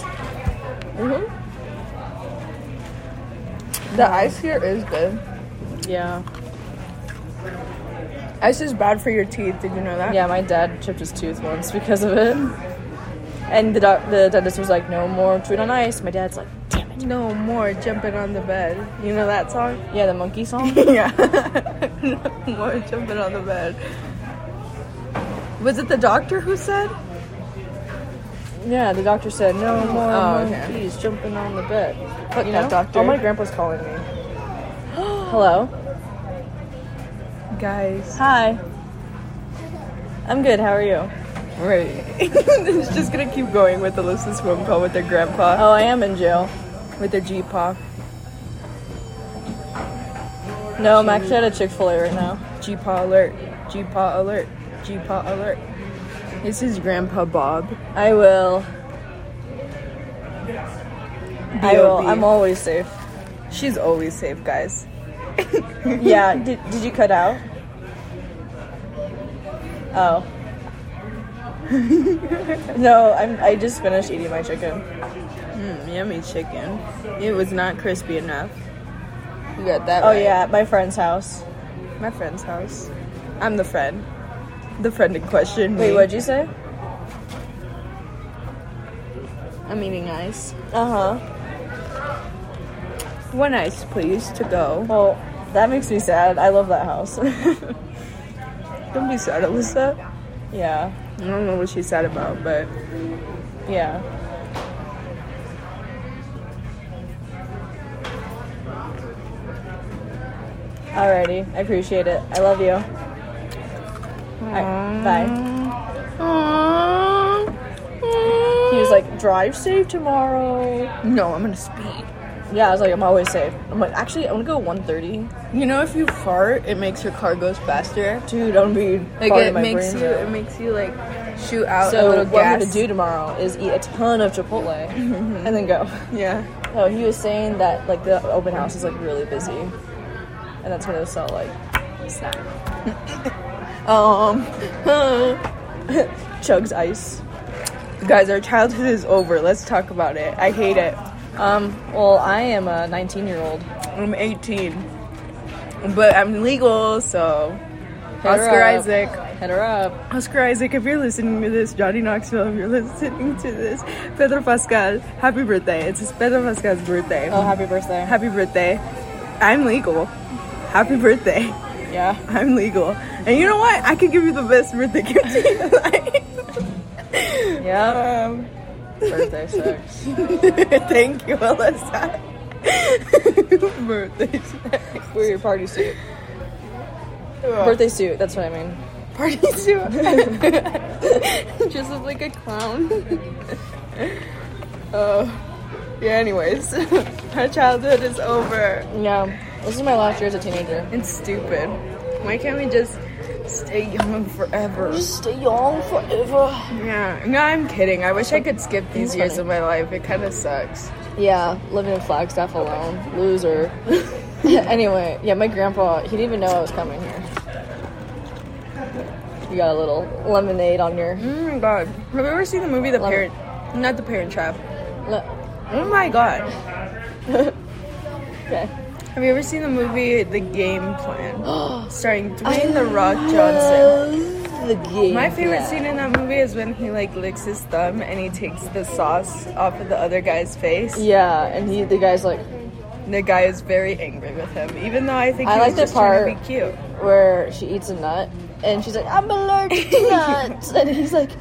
The ice here is good.
Yeah.
Ice is bad for your teeth. Did you know that?
Yeah, my dad chipped his tooth once because of it. And the, doc- the dentist was like, no more chewing on ice. My dad's like, damn it.
No more jumping on the bed. You know that song?
Yeah, the monkey song?
Yeah. no more jumping on the bed. Was it the doctor who said?
yeah, the doctor said, no more
Oh, okay.
monkeys jumping on the bed. But
You know, doctor.
Oh, my grandpa's calling me. Hello?
Guys.
Hi. I'm good. How are you?
Right. it's just gonna keep going with Alyssa's phone call with their grandpa.
Oh, I am in jail.
With their G paw.
No, I'm actually at a Chick Fil A right now.
G paw alert. G paw alert. G paw alert. This is Grandpa Bob.
I will. I will.
B.O.B..
I'm always safe.
She's always safe, guys.
yeah. Did, did you cut out? Oh. no, I'm. I just finished eating my chicken.
Mm, yummy chicken. It was not crispy enough. You got that
Oh
right.
yeah, at my friend's house.
My friend's house. I'm the friend. The friend in question.
Wait,
me.
what'd you say?
I'm eating ice.
Uh huh.
Uh-huh. One ice, please, to go.
Well, that makes me sad. I love that house.
Don't be sad, Alyssa.
yeah.
I don't know what she's sad about, but
Yeah. Alrighty, I appreciate it. I love you. Alright, bye. He was like, drive safe tomorrow.
no, I'm gonna speed.
Yeah, I was like, I'm always safe. I'm like, actually, I'm gonna go 130.
You know, if you fart, it makes your car goes faster.
Dude, I'm gonna be
Like
farting
it
my
makes
brains
you,
out.
it makes you like shoot out a
So
little
what
gas.
I'm gonna do tomorrow is eat a ton of Chipotle and then go.
Yeah.
No, he was saying that like the open house is like really busy, and that's when they sell like snack.
Um,
Chugs ice.
guys, our childhood is over. Let's talk about it. I hate it.
Um, well, I am a 19 year old.
I'm 18, but I'm legal, so. Oscar Isaac.
Head her up.
Oscar Isaac, if you're listening to this, Johnny Knoxville, if you're listening to this, Pedro Pascal, happy birthday. It's Pedro Pascal's birthday.
Oh, happy birthday.
Happy birthday. I'm legal. Happy birthday.
Yeah.
I'm legal. And you know what? I could give you the best birthday gift in your life.
Yeah.
Um,
birthday sucks.
thank you, Alyssa. birthday.
Wear your party suit. Birthday suit. That's what I mean.
party too. Just look like a clown. Oh. Yeah, anyways. Our childhood is over.
Yeah. This is my last year as a teenager.
It's stupid. Why can't we just stay young forever?
Stay young forever.
Yeah. No, I'm kidding. I wish I could skip these
It's
years
funny.
of my life. It kind of sucks.
Yeah, living in Flagstaff alone. Loser. anyway, yeah, my grandpa, he didn't even know I was coming here. You got a little lemonade on your.
Oh my god. Have you ever seen the movie The
Love it.
Parent? Not The Parent Trap.
Le-
Oh my god.
okay.
Have you ever seen the movie The Game Plan? starring Dwayne The Rock Johnson.
The game.
My favorite
yeah.
scene in that movie is when he like licks his thumb and he takes the sauce off of the other guy's face.
Yeah, and he, the guy's like,
The guy is very angry with him, even though I think
I
he
like
was
the
just trying to
part-
be cute.
where she eats a nut, and she's like, I'm allergic to nuts, and he's like,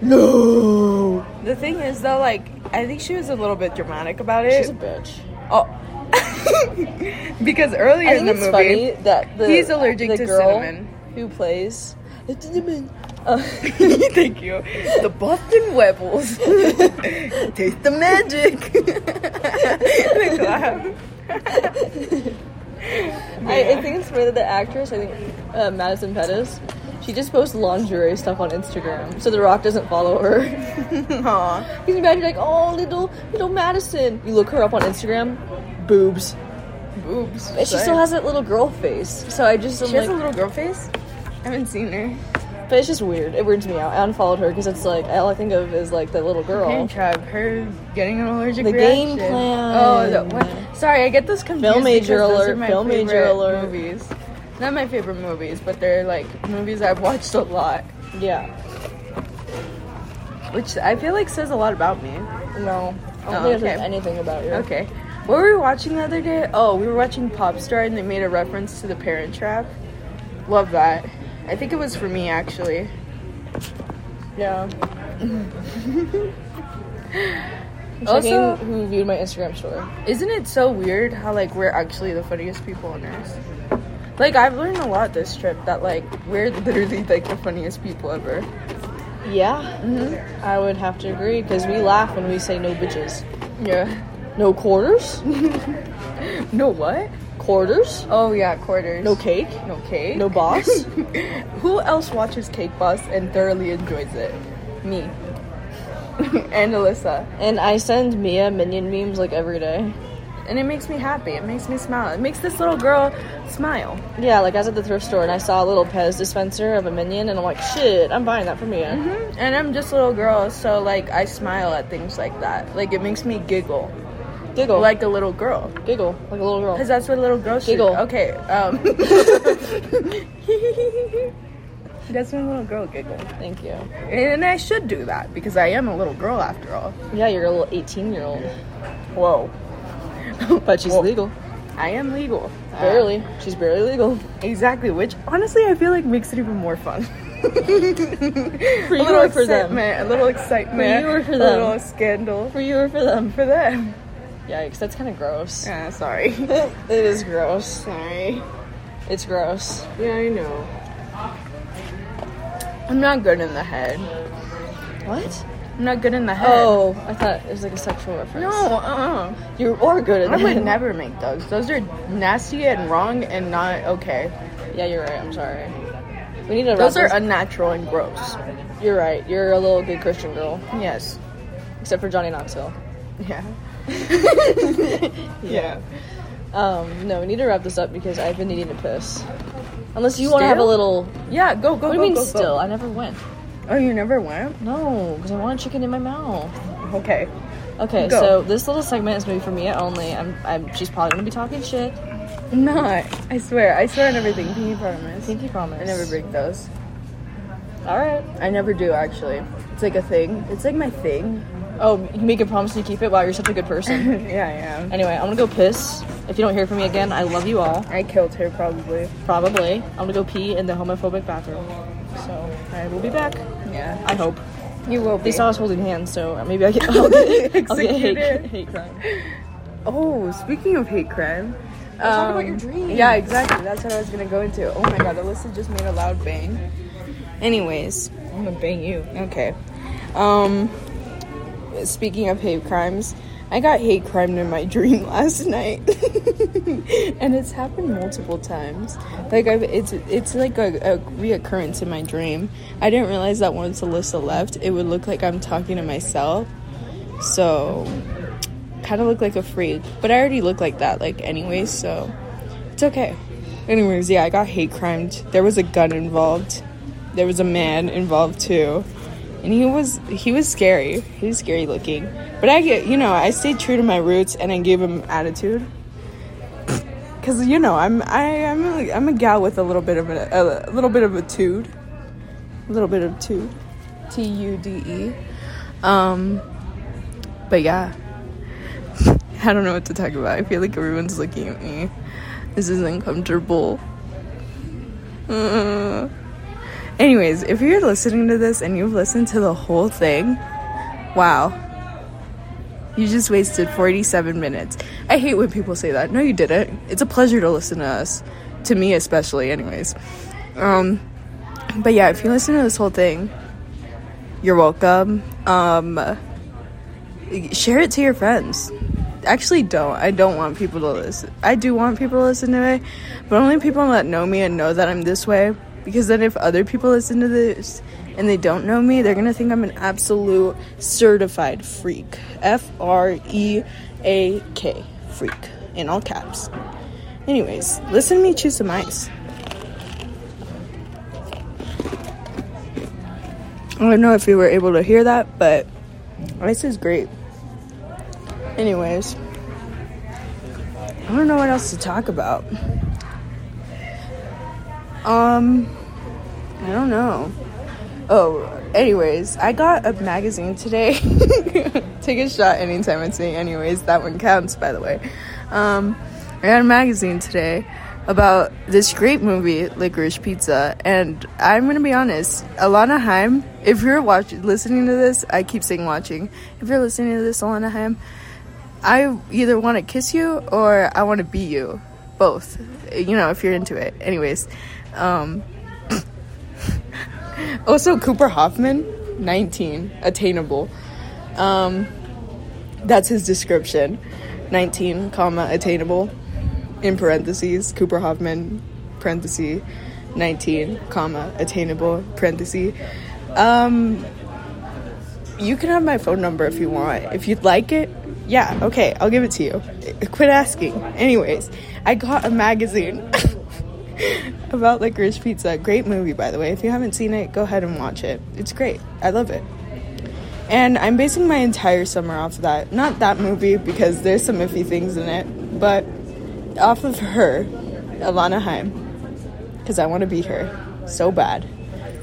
No.
The thing is though, like I think she was a little bit dramatic about
She's
it.
a bitch.
oh. because earlier
I
in
think
the
it's
movie,
funny that the,
He's allergic
the
to
girl
cinnamon.
Who plays? Cinnamon. Uh,
Thank you. The Boston Webbles. Taste the magic. The clap.
I, I think it's more that the actress, I think uh, Madison Pettis, she just posts lingerie stuff on Instagram, so The Rock doesn't follow her.
Aw.
He's imagine like, oh, little little Madison. You look her up on Instagram, boobs.
Boobs.
And she still has that little girl face. So I just, am
She has a
like,
little girl face? I haven't seen her.
but it's just weird. It weirds me out. I unfollowed her because it's like all I think of is like the little girl.
Parent Trap, her getting an allergic
The
reaction.
game plan.
Oh, the, what? sorry, I get this confused.
Film major
because those are
alert,
my
film major
favorite
alert.
Movies, not my favorite movies, but they're like movies I've watched a lot,
Yeah.
which I feel like says a lot about me.
No. I
Oh,
don't think it
okay.
says anything about her.
Okay, what were we watching the other day? Oh, we were watching Pop Star, and they made a reference to the Parent Trap. Love that. I think it was for me actually.
Yeah. I'm
Also-
checking who viewed my Instagram story.
Isn't it so weird how like we're actually the funniest people on earth? Like I've learned a lot this trip that like we're literally like the funniest people ever.
Yeah, I would have to agree because we laugh when we say no bitches.
Yeah.
No quarters?
No what?
quarters?
Oh yeah, quarters.
No cake?
No cake.
No boss?
Who else watches Cake Boss and thoroughly enjoys it?
Me.
and Alyssa.
And I send Mia minion memes like every day.
And it makes me happy. It makes me smile. It makes this little girl smile.
Yeah, like I was at the thrift store and I saw a little Pez dispenser of a minion and I'm like, shit, I'm buying that for Mia.
Mm-hmm. And I'm just a little girl, so like I smile at things like that. Like it makes me giggle.
Giggle. Like
Like a little girl.
giggle. Like a little girl.
Because that's what little girls should
Giggle.
Okay. Um. that's when little girl giggle.
Thank you.
And I should do that because I am a little girl after all.
Yeah, you're a little 18 year old.
Whoa.
but she's legal.
I am legal. Um,
Barely. She's barely legal.
Exactly, which honestly I feel like makes it even more fun.
For
a
you
little
or for them?
excitement, a little excitement,
you or for
a
them?
little scandal
For you or for them?
for them.
Yikes, that's kind of gross.
Yeah, Ah, sorry,
it is gross.
sorry.
It's gross.
Yeah, I know. I'm not good in the head.
What?
I'm not good in the head.
Oh, I thought it was like a sexual reference.
no, uh, uh
you are good at
I would
that.
never make those. Those are nasty and wrong and not okay.
Yeah, you're right. I'm sorry. We need to.
Those are
wrap this-
unnatural and gross.
you're right. You're a little good Christian girl,
Yes.
except for Johnny Knoxville.
Yeah. yeah.
Um, no, we need to wrap this up because I've been needing to piss. Unless you want to have a
Still?
little.
Yeah. Go go
What do you
go
mean
go, go.
still? I never went.
Oh, you never went?
No, because I want a chicken in my mouth.
Okay.
Okay,
Go.
so this little segment is maybe for Mia only. I'm, I'm. She's probably gonna be talking shit. I
I'm not. I swear. I swear on everything. Pinky promise.
think you promise.
I never break those.
All right.
I never do actually. It's like a thing. It's like my thing.
Oh, you make a promise and you keep it. Wow, you're such a good person.
yeah, I am.
anyway, I'm gonna go piss. If you don't hear from me again, I love you all.
I killed her probably.
Probably. I'm gonna go pee in the homophobic bathroom. So I will be back.
Yeah.
I hope.
You will
They
be.
saw us holding hands, so maybe I get, I'll get, I'll get hate,
Executed.
hate crime.
Oh, speaking of hate crime.
talk about
um,
your dreams.
Yeah, exactly. That's what I was gonna go into. Oh my god, Alyssa just made a loud bang. Anyways,
I'm gonna bang you.
okay. Um, speaking of hate crimes, I got hate crimed in my dream last night, and it's happened multiple times. Like I've, it's it's like a, a reoccurrence in my dream. I didn't realize that once Alyssa left, it would look like I'm talking to myself. So, kind of look like a freak, but I already look like that, like anyways. So, it's okay. Anyways, yeah, I got hate crimed. There was a gun involved. There was a man involved too, and he was he was scary. He was scary looking, but I get you know I stayed true to my roots and I gave him attitude. Cause you know I'm I I'm a, I'm a gal with a little bit of a, a, little bit of a tude, a little bit of tude, T U D E, um, but yeah. I don't know what to talk about. I feel like everyone's looking at me. This is uncomfortable. Uh. Anyways, if you're listening to this and you've listened to the whole thing, wow. You just wasted 47 minutes. I hate when people say that. No, you didn't. It's a pleasure to listen to us. To me, especially, anyways. Um, but yeah, if you listen to this whole thing, you're welcome. Um, share it to your friends. Actually, don't. I don't want people to listen. I do want people to listen to it, but only people that know me and know that I'm this way. Because then, if other people listen to this and they don't know me, they're gonna think I'm an absolute certified freak. F R E A K, freak, in all caps. Anyways, listen to me chew some ice. I don't know if you were able to hear that, but ice is great. Anyways, I don't know what else to talk about. Um, I don't know. Oh, anyways, I got a magazine today. Take a shot anytime I say anyways. That one counts, by the way. Um, I got a magazine today about this great movie, Licorice Pizza, and I'm gonna be honest, Alana Haim. If you're watching, listening to this, I keep saying watching. If you're listening to this, Alana Haim, I either want to kiss you or I want to be you. Both. You know, if you're into it. Anyways. Um, also, Cooper Hoffman, 19, attainable. Um, that's his description. 19, comma, attainable, in parentheses, Cooper Hoffman, parentheses, 19, comma, attainable, parentheses. Um, you can have my phone number if you want. If you'd like it, yeah, okay, I'll give it to you. Quit asking. Anyways, I got a magazine about licorice pizza. Great movie, by the way. If you haven't seen it, go ahead and watch it. It's great. I love it. And I'm basing my entire summer off of that. Not that movie, because there's some iffy things in it, but off of her, Alana Haim. Because I want to be her so bad.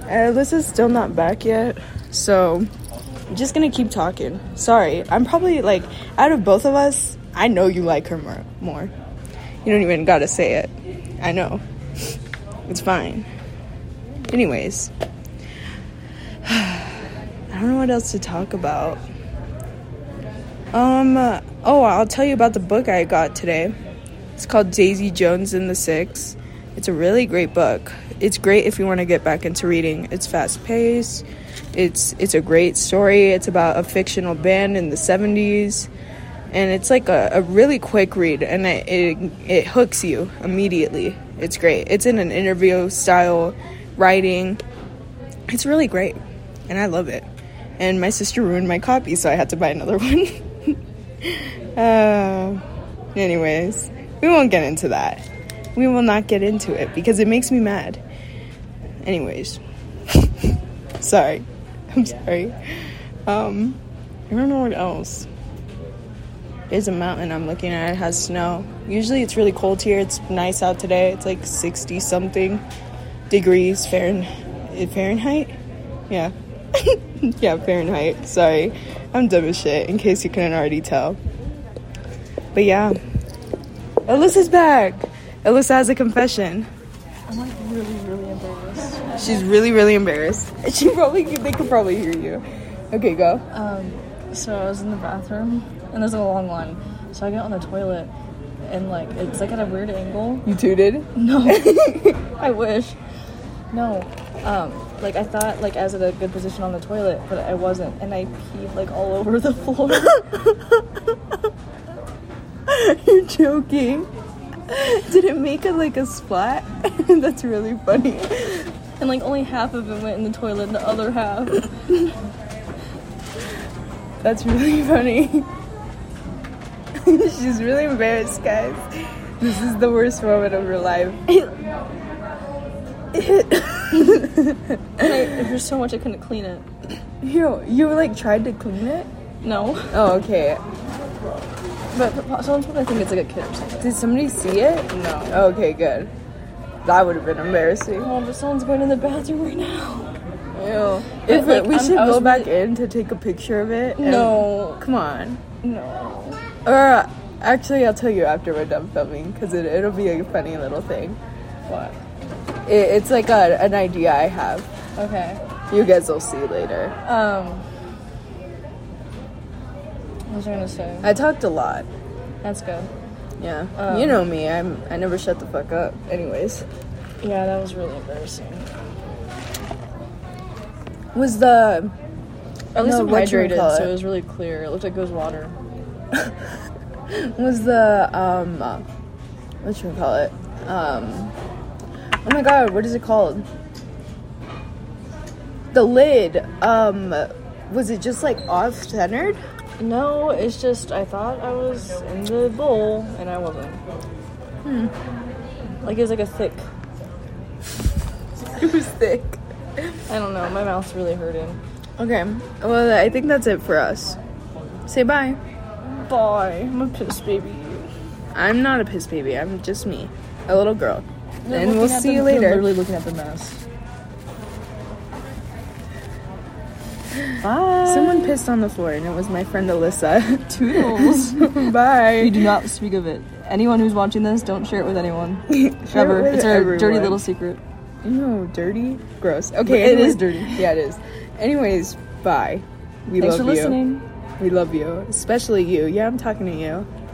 And Alyssa's still not back yet, so I'm just gonna keep talking. Sorry, I'm probably like, out of both of us, I know you like her more. More. You don't even gotta say it. I know. It's fine. Anyways, I don't know what else to talk about. Um. uh, Oh, I'll tell you about the book I got today. It's called Daisy Jones and the Six. It's a really great book. It's great if you want to get back into reading. It's fast paced. It's it's a great story. It's about a fictional band in the seventies, and it's like a, a really quick read, and it, it it hooks you immediately. It's great. It's in an interview style writing. It's really great, and I love it. And my sister ruined my copy, so I had to buy another one. Uh, anyways, we won't get into that. We will not get into it because it makes me mad. Anyways, sorry. I'm sorry. Um, I don't know what else. There's a mountain I'm looking at. It has snow. Usually it's really cold here. It's nice out today. It's like 60 something degrees Fahren- eh, Fahrenheit. Yeah. yeah, Fahrenheit. Sorry. I'm dumb as shit, in case you couldn't already tell. But yeah. Alyssa's back. Alyssa has a confession. I'm like really, really embarrassed. She's really, really embarrassed. She probably they could probably hear you. Okay, go.
So I was in the bathroom, and there's like, a long line. So I get on the toilet, and like it's like at a weird angle.
You tooted.
No, I wish. No, um, like I thought, like as at a good position on the toilet, but I wasn't, and I peed like all over the floor.
You're joking. Did it make a like a splat? That's really funny.
and like only half of it went in the toilet, and the other half.
That's really funny. She's really embarrassed, guys. This is the worst moment of her life.
And I, there's so much I couldn't clean it.
Yo, you like tried to clean it?
No,
Oh, okay.
but but someone's probably think it's like a kid or something.
Did somebody see it?
No.
Okay, good. That would have been embarrassing.
Oh, but someone's going in the bathroom right now.
Ew. If
like,
we
I'm-
should
I was
go back in to take a picture of it. and-
No.
Come on.
No.
Or uh, actually, I'll tell you after we're done filming because it, it'll be a funny little thing.
What?
It, it's like a, an idea I have.
Okay.
You guys will see later.
Um. What was I gonna say?
I talked a lot.
That's good.
Yeah.
Um,
you know me. I'm. I never shut the fuck up. Anyways,
Yeah, that was really embarrassing.
was the
At least
No,
I'm
what you would
hydrated,
call it.
so it was really clear. It looked like it was water.
was the um uh, what should we call it um oh my god what is it called the lid um was it just like off centered
No, it's just I thought I was in the bowl and I wasn't.
Hmm.
Like it was like a thick.
it was thick
I don't know. My mouth's really hurting.
okay well i think that's it for us say bye
Bye. I'm a piss baby.
i'm not a piss baby i'm just me a little girl and we'll see you later
Literally looking at the mess. Bye.
someone pissed on the floor and it was my friend alyssa
Toodles.
bye
We do not speak of it. Anyone who's watching this, don't share it with anyone.
Share it
Ever.
with
It's our dirty
everyone.
little secret.
No, dirty. Gross. Okay,
it
anyways-
is dirty.
Yeah, it is. Anyways, bye. We
Thanks
love
for
you.
listening.
We love you, especially you. Yeah, I'm talking to you.